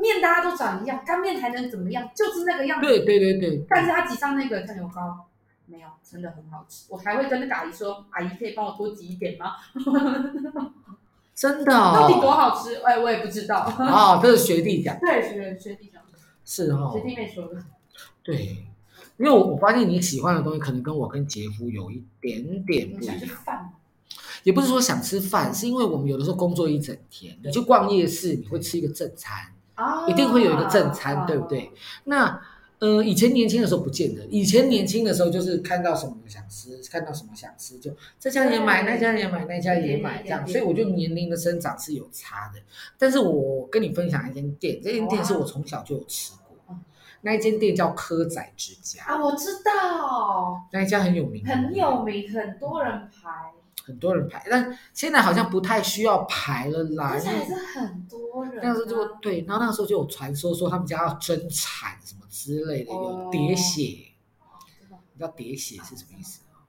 S2: 面大家都长一样，干面还能怎么样？就是那个样子。
S1: 对对对对，
S2: 但是他挤上那个酱油膏。没有，真的很好吃。我还会跟那个阿姨说：“阿姨，可以帮我多挤一点吗？
S1: 真的
S2: 到底多
S1: 哦。
S2: 好吃？”哎，我也不知道。
S1: 哦，这是学弟讲，
S2: 对，学学弟讲，
S1: 是哦
S2: 学，弟妹说的。
S1: 对。因为我我发现你喜欢的东西可能跟我跟杰夫有一点点
S2: 你
S1: 不
S2: 们
S1: 一
S2: 想
S1: 样
S2: 去，饭？
S1: 也不是说想吃饭，是因为我们有的时候工作一整天，你去逛夜市，你会吃一个正餐，
S2: 啊，
S1: 一定会有一个正餐，对不对？那呃，以前年轻的时候不见得，以前年轻的时候就是看到什么想吃，看到什么想吃就这家也买，
S2: 对
S1: 那家也买，那家也买这样，
S2: 对对
S1: 所
S2: 对
S1: 以我觉得年龄的生长是有差的。但是我跟你分享一间店，这间店是我从小就有吃过
S2: 哇，
S1: 那一间店叫蚵仔之
S2: 啊，
S1: 家，
S2: 我知道，
S1: 那一家很有名，
S2: 很有名，很多人排，
S1: 很多人排，但现在好像不太需要排了啦，
S2: 但是
S1: 因为
S2: 还是很多人、啊。
S1: 哎那时候就对，然后那个时候就有传说说他们家要争产什么之类的，有
S2: 哦
S1: 喋血。
S2: 知道
S1: 你知道喋血是什么意思啊吗？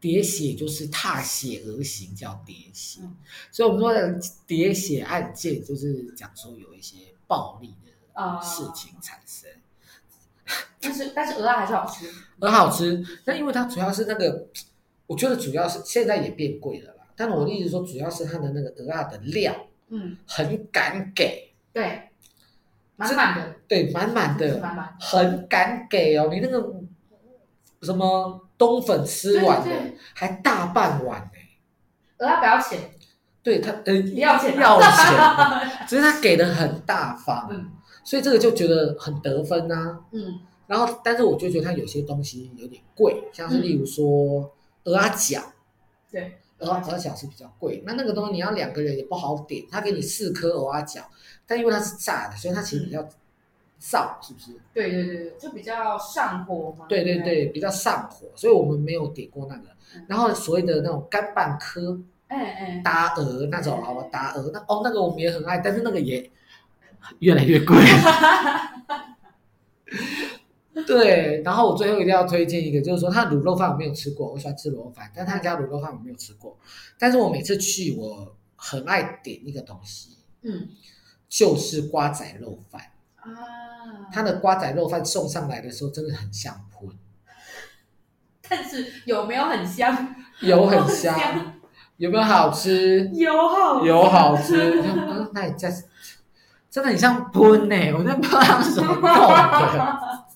S1: 喋血就是踏血而行，叫喋血。
S2: 嗯
S1: 所以我们说的喋血案件，就是讲说有一些暴力的
S2: 啊
S1: 事情产生。
S2: 但是但是鹅啊还是好吃，
S1: 很好吃。那因为它主要是那个，我觉得主要是现在也变贵了啦。但是我的意思说，主要是它的那个鹅啊的料
S2: 嗯，
S1: 很敢给，
S2: 对，满满的，
S1: 对，满满
S2: 真
S1: 的
S2: 是。满满的。
S1: 很敢给哦，你那个什么冬粉吃完
S2: 对
S1: 的
S2: 对
S1: 还大半碗呢、
S2: 鹅啊不要钱，
S1: 对他，呃，
S2: 不要钱、啊
S1: 要 钱，只是他给的很大方，
S2: 嗯
S1: 所以这个就觉得很得分呐、
S2: 嗯，
S1: 然后，但是我就觉得他有些东西有点贵，像是
S2: 嗯
S1: 例如说鹅啊脚，
S2: 对，
S1: 鹅啊鹅啊脚是比较贵，那那个东西你要两个人也不好点，他给你四颗鹅啊脚，但因为它是炸的，所以它其实比
S2: 嗯
S1: 较燥，是不是？
S2: 对对对对，就比较上火嘛。
S1: 对对
S2: 不，
S1: 对，比较上火，所以我们没有点过那个
S2: 嗯。
S1: 然后所谓的那种干拌科、
S2: 哎哎，
S1: 达鹅那种，好吧，达鹅那哦，那个我们也很爱，但是那个也 越来越贵。对，然后我最后一定要推荐一个，就是说他的卤肉饭我没有吃过，我喜欢吃卤肉饭，但他家卤肉饭我没有吃过。但是我每次去，我很爱点一个东西，
S2: 嗯
S1: 就是瓜仔肉饭。
S2: 啊，
S1: 他的瓜仔肉饭送上来的时候，真的很像喷。
S2: 但是有没有很香？
S1: 油很
S2: 很
S1: 香
S2: 香，
S1: 有没有好吃？
S2: 有好吃
S1: 嗯有好吃。嗯那你这真的很像喷呢、欸我真的不知道他是怎么弄的。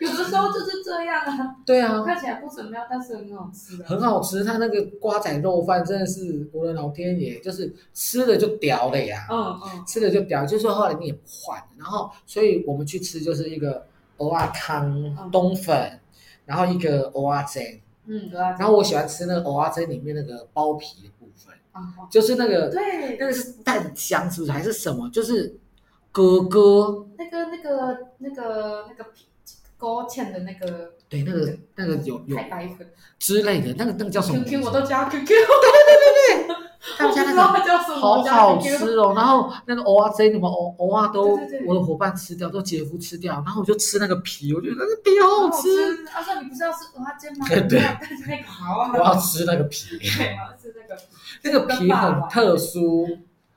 S2: 有的时候就是这样啊，
S1: 对啊，
S2: 看起来不怎么样，但是很好吃的。
S1: 很好吃，它那个瓜仔肉饭真的是我的老天爷，就是吃了就屌了呀，
S2: 嗯嗯，
S1: 吃了就屌，就是后来你也不换，然后所以我们去吃就是一个蚵仔汤
S2: 嗯
S1: 冬粉，然后一个蚵仔煎，
S2: 嗯，对啊。
S1: 然后我喜欢吃那个蚵仔煎里面那个包皮的部分，
S2: 啊哦
S1: 就是那个
S2: 对，
S1: 那个是蛋香是不是还是什么？就是哥哥
S2: 那个那个那个那个皮勾芡的那个
S1: 对那个那个有有
S2: 太白粉
S1: 之类的，那个那个叫什么名字？
S2: ，QQ 我都加 QQ，
S1: 他
S2: 我
S1: 们
S2: 不
S1: 家
S2: 知
S1: 那个
S2: 道它叫什么，
S1: 好
S2: 我加
S1: 好
S2: QQ
S1: 吃哦！然后那个蚵仔煎，你们蚵蚵仔都
S2: 对对对
S1: 我的伙伴吃掉，都姐夫吃掉，然后我就吃那个皮，我觉得那个皮好好
S2: 好好
S1: 吃，
S2: 吃。阿说你不是要吃蚵仔煎 吗？
S1: 对对
S2: 但是那个好啊
S1: 我，要吃那个 皮，
S2: 对，我要吃那个。
S1: 那个皮很特殊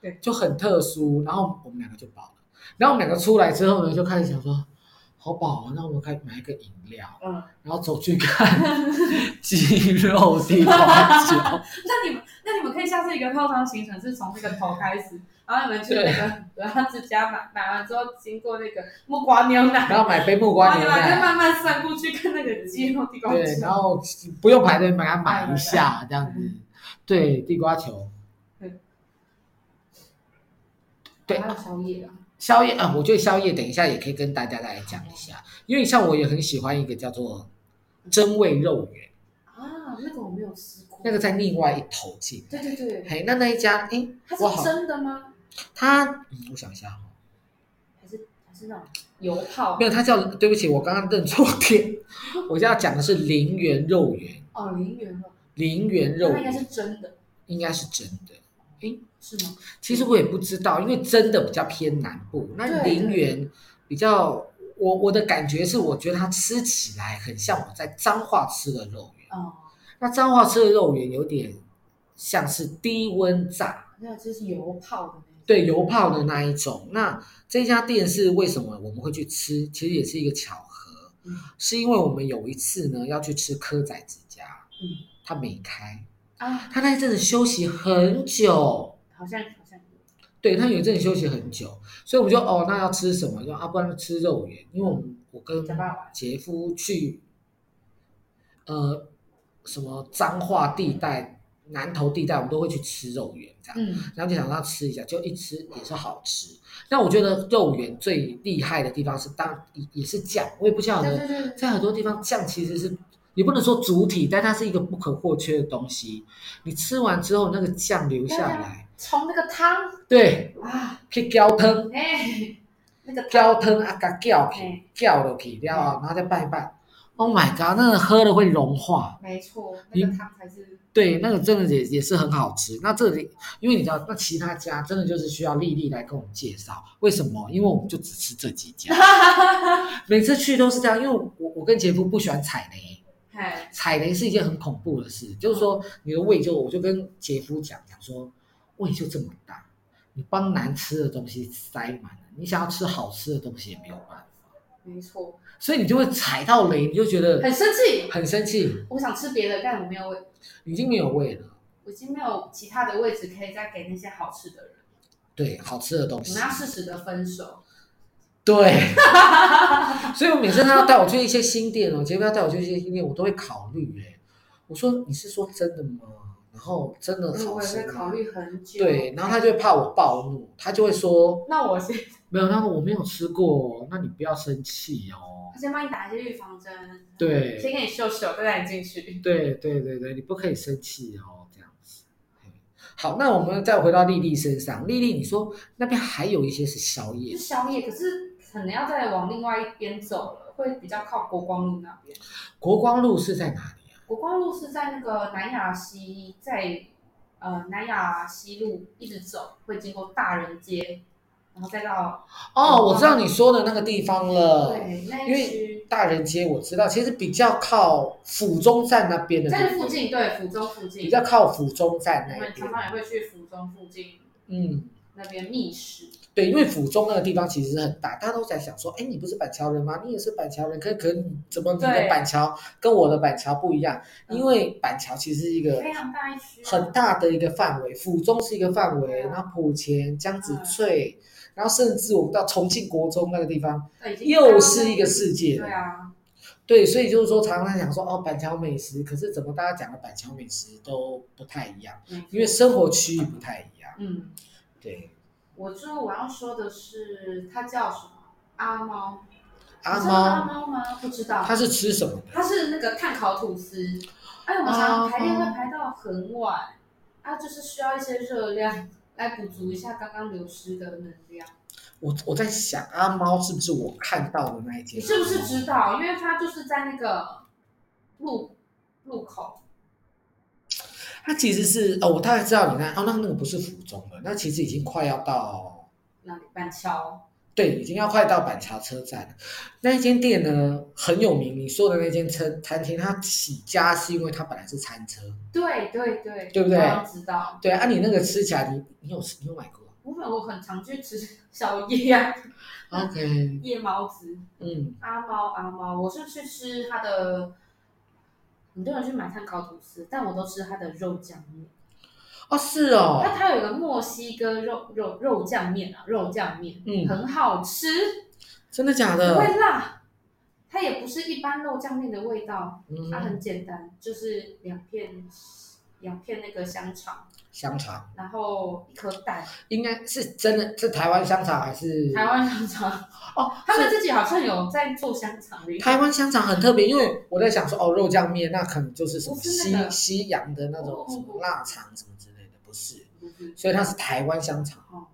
S2: 对，
S1: 就很特殊。然后我们两个就饱了，然后我们两个出来之后呢，就开始想说。好饱啊！那我们开买一个饮料，
S2: 嗯，
S1: 然后走去看鸡肉地瓜 球。
S2: 那你们那你们可以下次一个泡汤行程是从那个头开始，然后你们去那个然后之家买，买完之后经过那个木瓜牛奶，
S1: 然后买杯木
S2: 然
S1: 瓜
S2: 后
S1: 牛
S2: 你们就
S1: 奶，
S2: 慢慢散步去看那个鸡肉地瓜
S1: 对，
S2: 球
S1: 然。后不用排队，把它买一下这样子
S2: 嗯。
S1: 对，地瓜球。对
S2: 还有宵夜啊，
S1: 宵夜啊、呃我觉得宵夜等一下也可以跟大家再来讲一下，因为像我也很喜欢一个叫做真味肉圆，
S2: 啊，那个我没有吃过。
S1: 那个在另外一头进。
S2: 对对对，
S1: 嘿，那那一家，诶，
S2: 它
S1: 我好
S2: 是真的吗？
S1: 它，嗯，我想一下哈，
S2: 还是还是那种油泡
S1: 没？有，它叫，对不起，我刚刚认错店，我要讲的是林园肉圆，
S2: 哦，零元肉，
S1: 林园肉
S2: 那应该
S1: 圆
S2: 是真的，
S1: 应该是真的。
S2: 是吗？
S1: 其实我也不知道，因为真的比较偏南部，那
S2: 对
S1: 林园比较，我我的感觉是，我觉得它吃起来很像我在彰化吃的肉圆。
S2: 哦，
S1: 那彰化吃的肉圆有点像是低温炸，
S2: 那个就是油泡的那种。
S1: 对油泡的那一种。那这家店是为什么我们会去吃？其实也是一个巧合，
S2: 嗯
S1: 是因为我们有一次呢要去吃蚵仔之家，
S2: 嗯
S1: 他没开，
S2: 啊，
S1: 他那一阵子休息很久。
S2: 好像好像
S1: 对他
S2: 嗯
S1: 有一阵子休息很久，所以我们就哦，那要吃什么？就啊，不然就吃肉圆，因为我们我跟
S2: 假爸爸
S1: 杰夫去，呃，什么彰化地带、南投地带，我们都会去吃肉圆这样。
S2: 嗯
S1: 然后就想要吃一下，就一吃也是好吃。那我觉得肉圆最厉害的地方是当也也是酱，我也不晓
S2: 对
S1: 得
S2: 对对，
S1: 在很多地方酱其实是也不能说主体，但它是一个不可或缺的东西。你吃完之后，那个酱留下
S2: 啊
S1: 来，
S2: 冲那个汤
S1: 对，
S2: 啊，
S1: 去搅汤，
S2: 哎，那个汤
S1: 搅汤啊，甲搅
S2: 嗯
S1: 起，搅落去了后，然后再拌一拌。Oh my god，那个喝了会融化。
S2: 没错，那个汤才是
S1: 对，那个真的也也是很好吃。那这里，因为你知道，那其他家真的就是需要丽丽来跟我们介绍，为什么？因为我们就只吃这几家，每次去都是这样。因为我我跟杰夫不喜欢踩雷，
S2: 哎，
S1: 踩雷是一件很恐怖的事，就是说你的胃就，我就跟杰夫讲讲说，胃就这么大，你帮难吃的东西塞满了，你想要吃好吃的东西也没有办法，
S2: 没错，
S1: 所以你就会踩到雷，你就觉得
S2: 很生气，
S1: 很生气，
S2: 我想吃别的，但我没有位，
S1: 已经没有胃了。
S2: 我已经没有其他的位置可以再给那些好吃的人，
S1: 对，好吃的东
S2: 我
S1: 西
S2: 们，要适时的分手，
S1: 对， 所以我每次他要带我去一些新店哦，杰夫要带我去一些新店，我都会考虑哎、我说你是说真的吗？然后真的好
S2: 嗯我也
S1: 吃
S2: 会
S1: 吗
S2: 考虑很久，
S1: 对，然后他就会怕我暴怒，他就会说
S2: 那我先
S1: 没有，那个我没有吃过哦，那你不要生气哦
S2: 我。先帮你打一些预防针，
S1: 对，
S2: 先给你秀秀，再带你进去，
S1: 对，对，对，对，你不可以生气哦，这样子。嘿好，那我们再回到丽丽身上。丽丽，你说那边还有一些是宵
S2: 是
S1: 夜，
S2: 宵夜，可是可能要再往另外一边走了，会比较靠国光路那边。
S1: 国光路是在哪里啊？
S2: 国光路是在那个南雅西，在呃南雅西路一直走，会经过大人街，然后再到
S1: 哦，我知道你说的那个地方了，
S2: 对那
S1: 因
S2: 一
S1: 为
S2: 区，
S1: 大人街我知道，其实比较靠府中站那边的地
S2: 在
S1: 方，
S2: 附近，对府中附
S1: 比
S2: 近，
S1: 较靠府中站
S2: 我
S1: 那
S2: 们
S1: 边
S2: 常。常也会去府中附近
S1: 嗯，
S2: 那边觅食。
S1: 对，因为府中那个地方其实是很大，大家都在想说，哎，你不是板桥人吗？你也是板桥人，可可你怎么你的
S2: 对
S1: 板桥跟我的板桥不一样？
S2: 嗯
S1: 因为板桥其实是一个
S2: 非常大一区，啊
S1: 很大的一个范围，府中是一个范围，
S2: 对啊嗯
S1: 然后埔前、江子翠，然后甚至我们到重庆国中那个地方，
S2: 对已经
S1: 又是一个世界
S2: 对啊，
S1: 对，所以就是说，常常讲说哦，板桥美食，可是怎么大家讲的板桥美食都不太一样，
S2: 嗯
S1: 因为生活区域不太一样。
S2: 嗯，
S1: 对，
S2: 我就我要说的是，它叫什么？阿猫，
S1: 阿
S2: 你知道阿
S1: 猫
S2: 猫吗？不知道，
S1: 它是吃什么的？
S2: 它是那个碳烤吐司，哎，我们常常排练会排到很晚，啊，就是需要一些热量来补足一下刚刚流失的能量。
S1: 我我在想，阿猫是不是我看到的那一
S2: 你
S1: 天？
S2: 是不是知道？因为它就是在那个路路口，
S1: 它其实是哦，我大概知道你那哦，那那个不是府中了，那其实已经快要到
S2: 那里板桥，
S1: 对，已经要快到板桥车站了。那一间店呢很有名，你说的那间餐餐厅，它起家是因为它本来是餐车，
S2: 对对对，
S1: 对不对
S2: 我要知道，
S1: 对啊，你那个吃起来，你你有吃你有买过
S2: 我们我很常去吃小夜啊，
S1: ？OK，
S2: 夜猫子。
S1: 嗯，
S2: 阿猫阿猫，我是去吃它的，很多人去买碳烤吐司，但我都吃它的肉酱面。
S1: 哦是哦
S2: 那，它有一个墨西哥肉肉肉酱面啊，肉酱面，
S1: 嗯
S2: 很好吃，
S1: 真的假
S2: 不会
S1: 的？
S2: 辣，它也不是一般肉酱面的味道，它
S1: 嗯，
S2: 很简单，就是两片两片那个香肠，
S1: 香肠
S2: 然后一颗蛋，
S1: 应该是真的是台湾香肠还是
S2: 台湾香肠，
S1: 哦？
S2: 他们自己好像有在做香肠的一个，
S1: 台湾香肠很特别，因为我在想说，哦，肉酱面那可能就是什么
S2: 不
S1: 西
S2: 是那个
S1: 西洋的那种
S2: 不不
S1: 什么
S2: 不
S1: 腊肠什么之类的，不是，
S2: 就是
S1: 所以它是台湾香肠。
S2: 哦，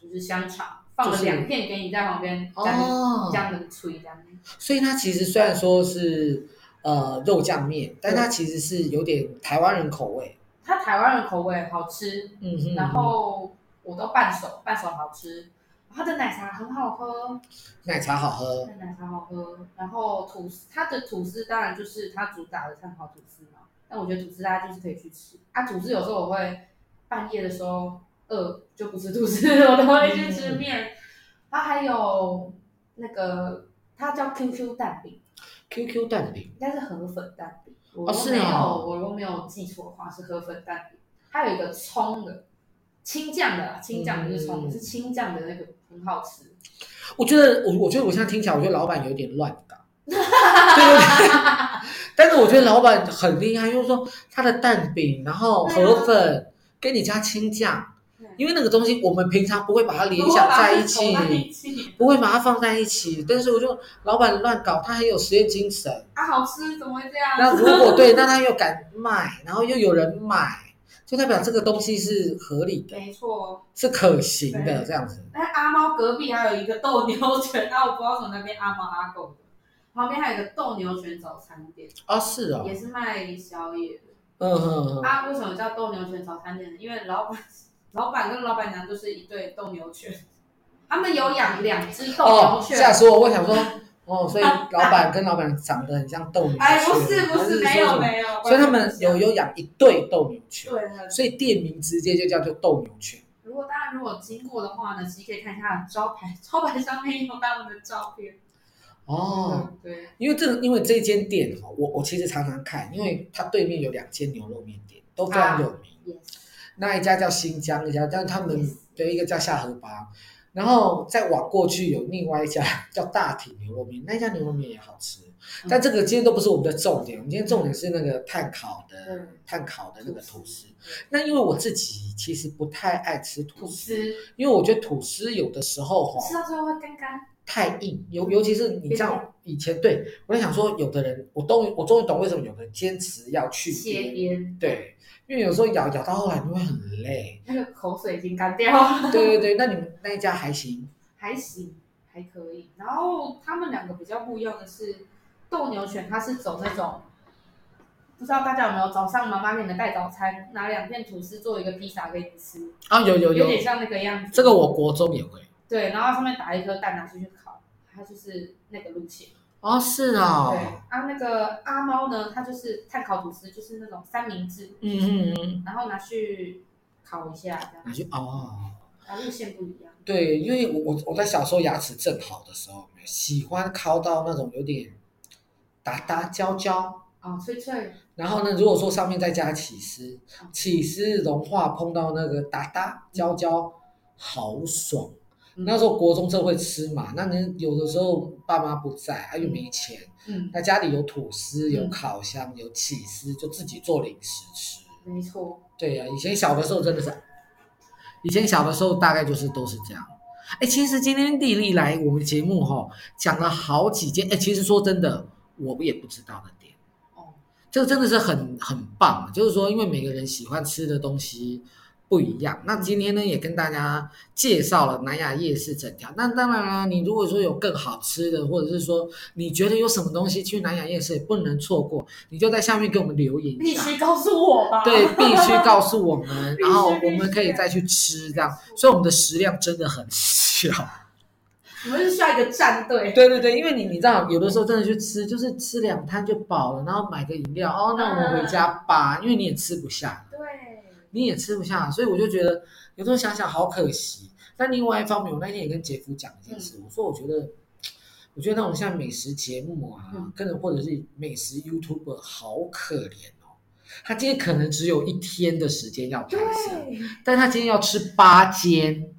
S2: 就是香肠，放
S1: 就
S2: 了
S1: 是
S2: 两片给你在旁边，这样、
S1: 哦
S2: 这样冷吹这样。
S1: 所以它其实虽然说是呃肉酱面，但它其实是有点台湾人口味。
S2: 它台湾人口味好吃，
S1: 嗯哼，
S2: 然后我都半熟，半熟好吃。它的奶茶很好喝，
S1: 嗯奶茶好
S2: 它
S1: 喝，
S2: 的奶茶好喝。然后吐司，它的吐司当然就是它主打的碳烤吐司嘛。但我觉得吐司大家就是可以去吃。啊，吐司有时候我会半夜的时候饿就不吃吐司，我都会去吃面。它还有那个它叫 QQ 蛋饼。
S1: ，QQ 蛋饼，
S2: 应该是河粉蛋饼，我
S1: 哦
S2: 如
S1: 是
S2: 果没有、
S1: 哦
S2: 我如果没有记错的话是河粉蛋饼，还有一个葱的青酱的啦，青酱不是葱，
S1: 嗯
S2: 是青酱的那个很好吃。
S1: 我觉得我我觉得我现在听起来，我觉得老板有点乱搞。对对 对，但是我觉得老板很厉害，就是说他的蛋饼，然后河粉，跟你加青酱，因为那个东西我们平常不会把它联想在一起，
S2: 我把它们凑在一起
S1: 不会把它放在一起。但是我就老板乱搞，他很有实验精神。
S2: 啊，好吃，怎么会这样？
S1: 那如果对，那他又敢卖，然后又有人买，就代表这个东西是合理的，
S2: 没错，
S1: 是可行的
S2: 对
S1: 这样子。
S2: 但阿猫隔壁还有一个斗牛犬，啊，我不知道从那边阿猫阿狗的，旁边还有一个斗牛犬早餐店，
S1: 哦，是哦，
S2: 也是卖宵夜的。
S1: 嗯嗯嗯，
S2: 啊，为什么叫斗牛犬早餐店呢？因为老板、老板跟老板娘就是一对斗牛犬，他们有养两只斗
S1: 哦
S2: 牛，犬。
S1: 吓死我！我想说，哦，所以老板跟老板长得很像斗牛犬，
S2: 哎，不是不
S1: 还
S2: 是，
S1: 是说
S2: 没
S1: 什
S2: 有
S1: 么
S2: 没有。
S1: 所以他们有有养一对斗牛犬，
S2: 对。
S1: 所以店名直接就叫做斗牛犬。
S2: 如果大家如果经过的话呢，其实可以看一下招牌，招牌上面有他们的照片。
S1: 哦，
S2: 嗯，对，
S1: 因为这个，因为这间店哈，我我其实常常看，因为它对面有两间牛肉面店，都非常
S2: 啊
S1: 有名。
S2: 也
S1: 那一家叫新疆，一家，但他们
S2: Yes
S1: 的一个叫下河巴，然后再往过去有另外一家叫大体牛肉面，那一家牛肉面也好吃，但这个今天都不是我们的重点，我们今天重点是那个碳烤的
S2: 嗯
S1: 碳烤的那个吐司。
S2: 是
S1: 那因为我自己其实不太爱吃吐
S2: 吐
S1: 司，啊
S2: 司，
S1: 因为我觉得吐司有的时候
S2: 吃
S1: 哈
S2: 到最后会干干。
S1: 太硬，尤尤其是你
S2: 别
S1: 像以前对我在想说，有的人我终于我终于懂为什么有的人坚持要去
S2: 切
S1: 边，
S2: 边，
S1: 对，因为有时候咬咬到后来你会很累。
S2: 那个口水已经干掉了。
S1: 对 对对，那你们那一家还行，
S2: 还行，还可以。然后他们两个比较不一样的是，斗牛犬它是走那种，不知道大家有没有早上妈妈给你们带早餐，拿两片吐司做一个披萨给你吃，
S1: 啊，有有
S2: 有
S1: 有，
S2: 点像那个样子。
S1: 这个我国中也会。
S2: 对，然后上面打一颗蛋拿出去烤，它就是那个路线。
S1: 哦，是
S2: 对
S1: 啊，
S2: 啊，那个阿猫呢，它就是碳烤吐司，就是那种三明治，
S1: 嗯嗯嗯，
S2: 然后拿去烤一下这样，
S1: 拿去哦，
S2: 啊路线不一样。
S1: 对，因为我我我在小时候牙齿正好的时候，喜欢敲到那种有点打打胶胶，
S2: 哦，脆脆，
S1: 然后呢，如果说上面再加起司，起司融化碰到那个打打胶胶，好爽。
S2: 嗯
S1: 那时候国中真的会吃嘛，那你有的时候爸妈不在，啊又没钱，
S2: 嗯，
S1: 那家里有吐司、有
S2: 嗯
S1: 烤箱、有起司，就自己做零食吃。
S2: 没错，
S1: 对呀、以前小的时候真的是，以前小的时候大概就是都是这样。哎，其实今天丽丽来我们节目哈、讲了好几件。哎，其实说真的，我也不知道的点，
S2: 哦，
S1: 这个真的是很很棒。啊就是说，因为每个人喜欢吃的东西不一样。那今天呢，也跟大家介绍了南雅夜市整条。那当然啦、你如果说有更好吃的，或者是说你觉得有什么东西去南雅夜市也不能错过，你就在下面给我们留言一
S2: 必
S1: 下。
S2: 须告诉我 吧，
S1: 对，必须告诉我们，
S2: 必须
S1: 然后我们可以再去吃这样，所以我们的食量真的很小。
S2: 我们是需要一个战队，
S1: 对对对，因为你你知道，有的时候真的去吃，就是吃两摊就饱了，然后买个饮料，哦，那我们回家吧，因为你也吃不下，
S2: 对，
S1: 你也吃不下，所以我就觉得有时候想想好可惜。那另外一方面，我那天也跟杰夫讲一件事，我说我觉得，我觉得那种像美食节目啊，
S2: 嗯
S1: 跟着或者是美食 YouTuber 好可怜哦，他今天可能只有一天的时间要拍摄。
S2: 对，
S1: 但他今天要吃八间，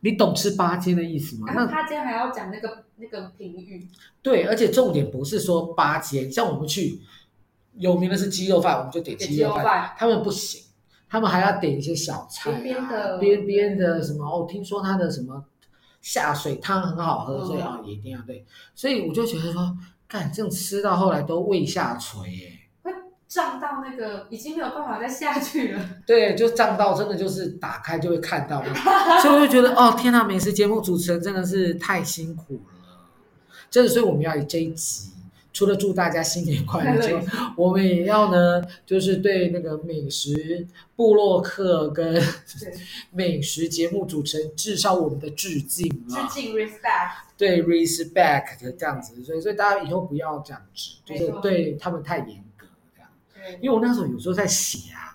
S1: 你懂吃八间的意思吗？
S2: 然后
S1: 那
S2: 他今天还要讲那个那个评语，
S1: 对，而且重点不是说八间，像我们去有名的是鸡肉饭，我们就点
S2: 点
S1: 鸡
S2: 鸡肉
S1: 肉饭，
S2: 饭，
S1: 他们不行，他们还要点一些小菜、啊，
S2: 边边的
S1: 边边的什么哦，听说他的什么下水汤很好喝，
S2: 嗯
S1: 所以啊、哦、也一定要对，所以我就觉得说，干这种吃到后来都胃下垂耶、
S2: 胀到那个已经没有办法再下 去了，
S1: 对，就胀到真的就是打开就会看到那种，所以我就觉得哦，天呐，美食节目主持人真的是太辛苦了，真的，所以我们要以这一集。除了祝大家新年快乐之外，我们也要呢，就是对那个美食部落客跟
S2: 对，
S1: 美食节目主持人至少我们的致敬
S2: 致
S1: 啊，
S2: 敬 respect，
S1: 对 respect 这样子，所以所以大家以后不要这样子，就
S2: 没
S1: 是
S2: 错
S1: 对他们太严格这样。
S2: 对
S1: 因为我那时候有时候在写啊，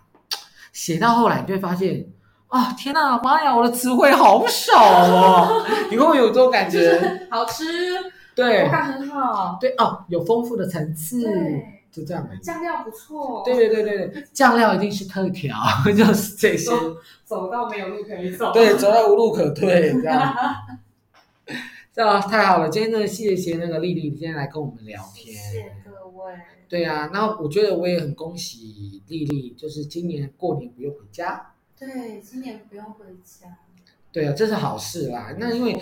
S1: 写到后来你就会发现，啊、天呐，妈呀，我的词汇好少 哦，你会不会有这种感
S2: 就
S1: 觉？
S2: 是好吃，口
S1: 对
S2: 感很好，
S1: 对哦，有丰富的层次，
S2: 对，
S1: 就这样而已。
S2: 酱料不错，
S1: 对，对对对对，酱料一定是特调， 就是这些。
S2: 哦走到没有路可以走，
S1: 对，走到无路可退，这样。 这样太好了，今天真的谢谢那个丽丽今天来跟我们聊
S2: 谢
S1: 天。
S2: 谢各位，
S1: 对啊，那我觉得我也很恭喜丽丽，就是今年过年不用回家。
S2: 对，今年不用回家，
S1: 对啊，这是好事啦。那因为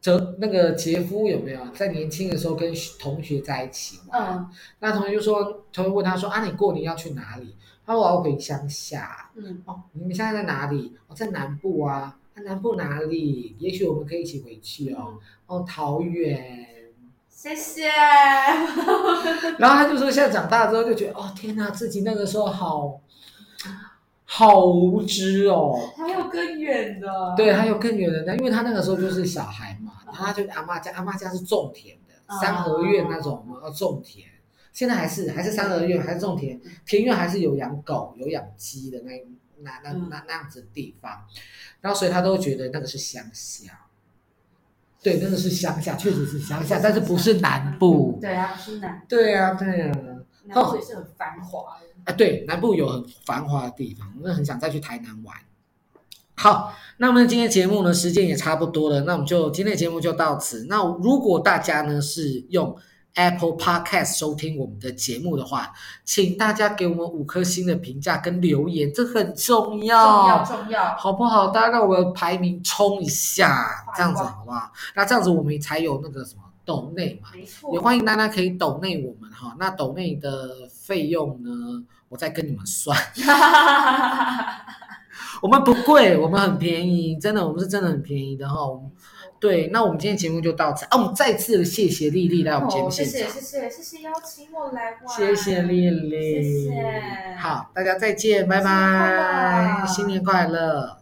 S1: 哲那个杰夫有没有在年轻的时候跟同学在一起玩？
S2: 嗯
S1: 那同学就说，同学问他说啊，你过年要去哪里？他说我要回乡下。
S2: 嗯，
S1: 哦，你们现在在哪里？哦，在南部啊。啊，南部哪里？也许我们可以一起回去哦。
S2: 嗯
S1: 哦，桃园。
S2: 谢谢，
S1: 然后他就说，现在长大之后就觉得，哦，天哪，自己那个时候好，好无知哦。
S2: 还有更远的，
S1: 对，还有更远的呢，因为他那个时候就是小孩嘛，然后他就阿妈家，阿妈家是种田的，三合院那种嘛，要哦种田。现在还是还是三合院，还是种田，田院还是有养狗、有养鸡的那那那那那样子的地方，然后所以他都觉得那个是乡下。对，那个是乡下，确实是乡下，但是不是南部。
S2: 对啊，是南，
S1: 对啊，对啊，
S2: 南部也是很繁华的，
S1: 啊，对，南部有很繁华的地方，那很想再去台南玩。好，那么今天节目呢，时间也差不多了，那我们就今天的节目就到此。那如果大家呢是用 Apple Podcast 收听我们的节目的话，请大家给我们五颗星的评价跟留言，这很重
S2: 重
S1: 要，
S2: 要重要，
S1: 好不好？大家让我们排名冲一下，这样子好不好？那这样子我们才有那个什么抖内嘛，
S2: 没
S1: 也
S2: 错，
S1: 欢迎大家可以抖内我们哈，那抖内的费用呢，我再跟你们算。 我们不贵，我们很便宜，真的，我们是真的很便宜的哈。我们对，那我们今天节目就到此啊，我们再次谢谢丽丽来我们节目
S2: 哦，谢
S1: 现
S2: 谢
S1: 场，
S2: 谢谢谢谢邀请我来玩，
S1: 谢谢丽丽，
S2: 谢谢
S1: 好，大家再见，拜
S2: 新年快
S1: 拜，
S2: 乐
S1: 新年快乐。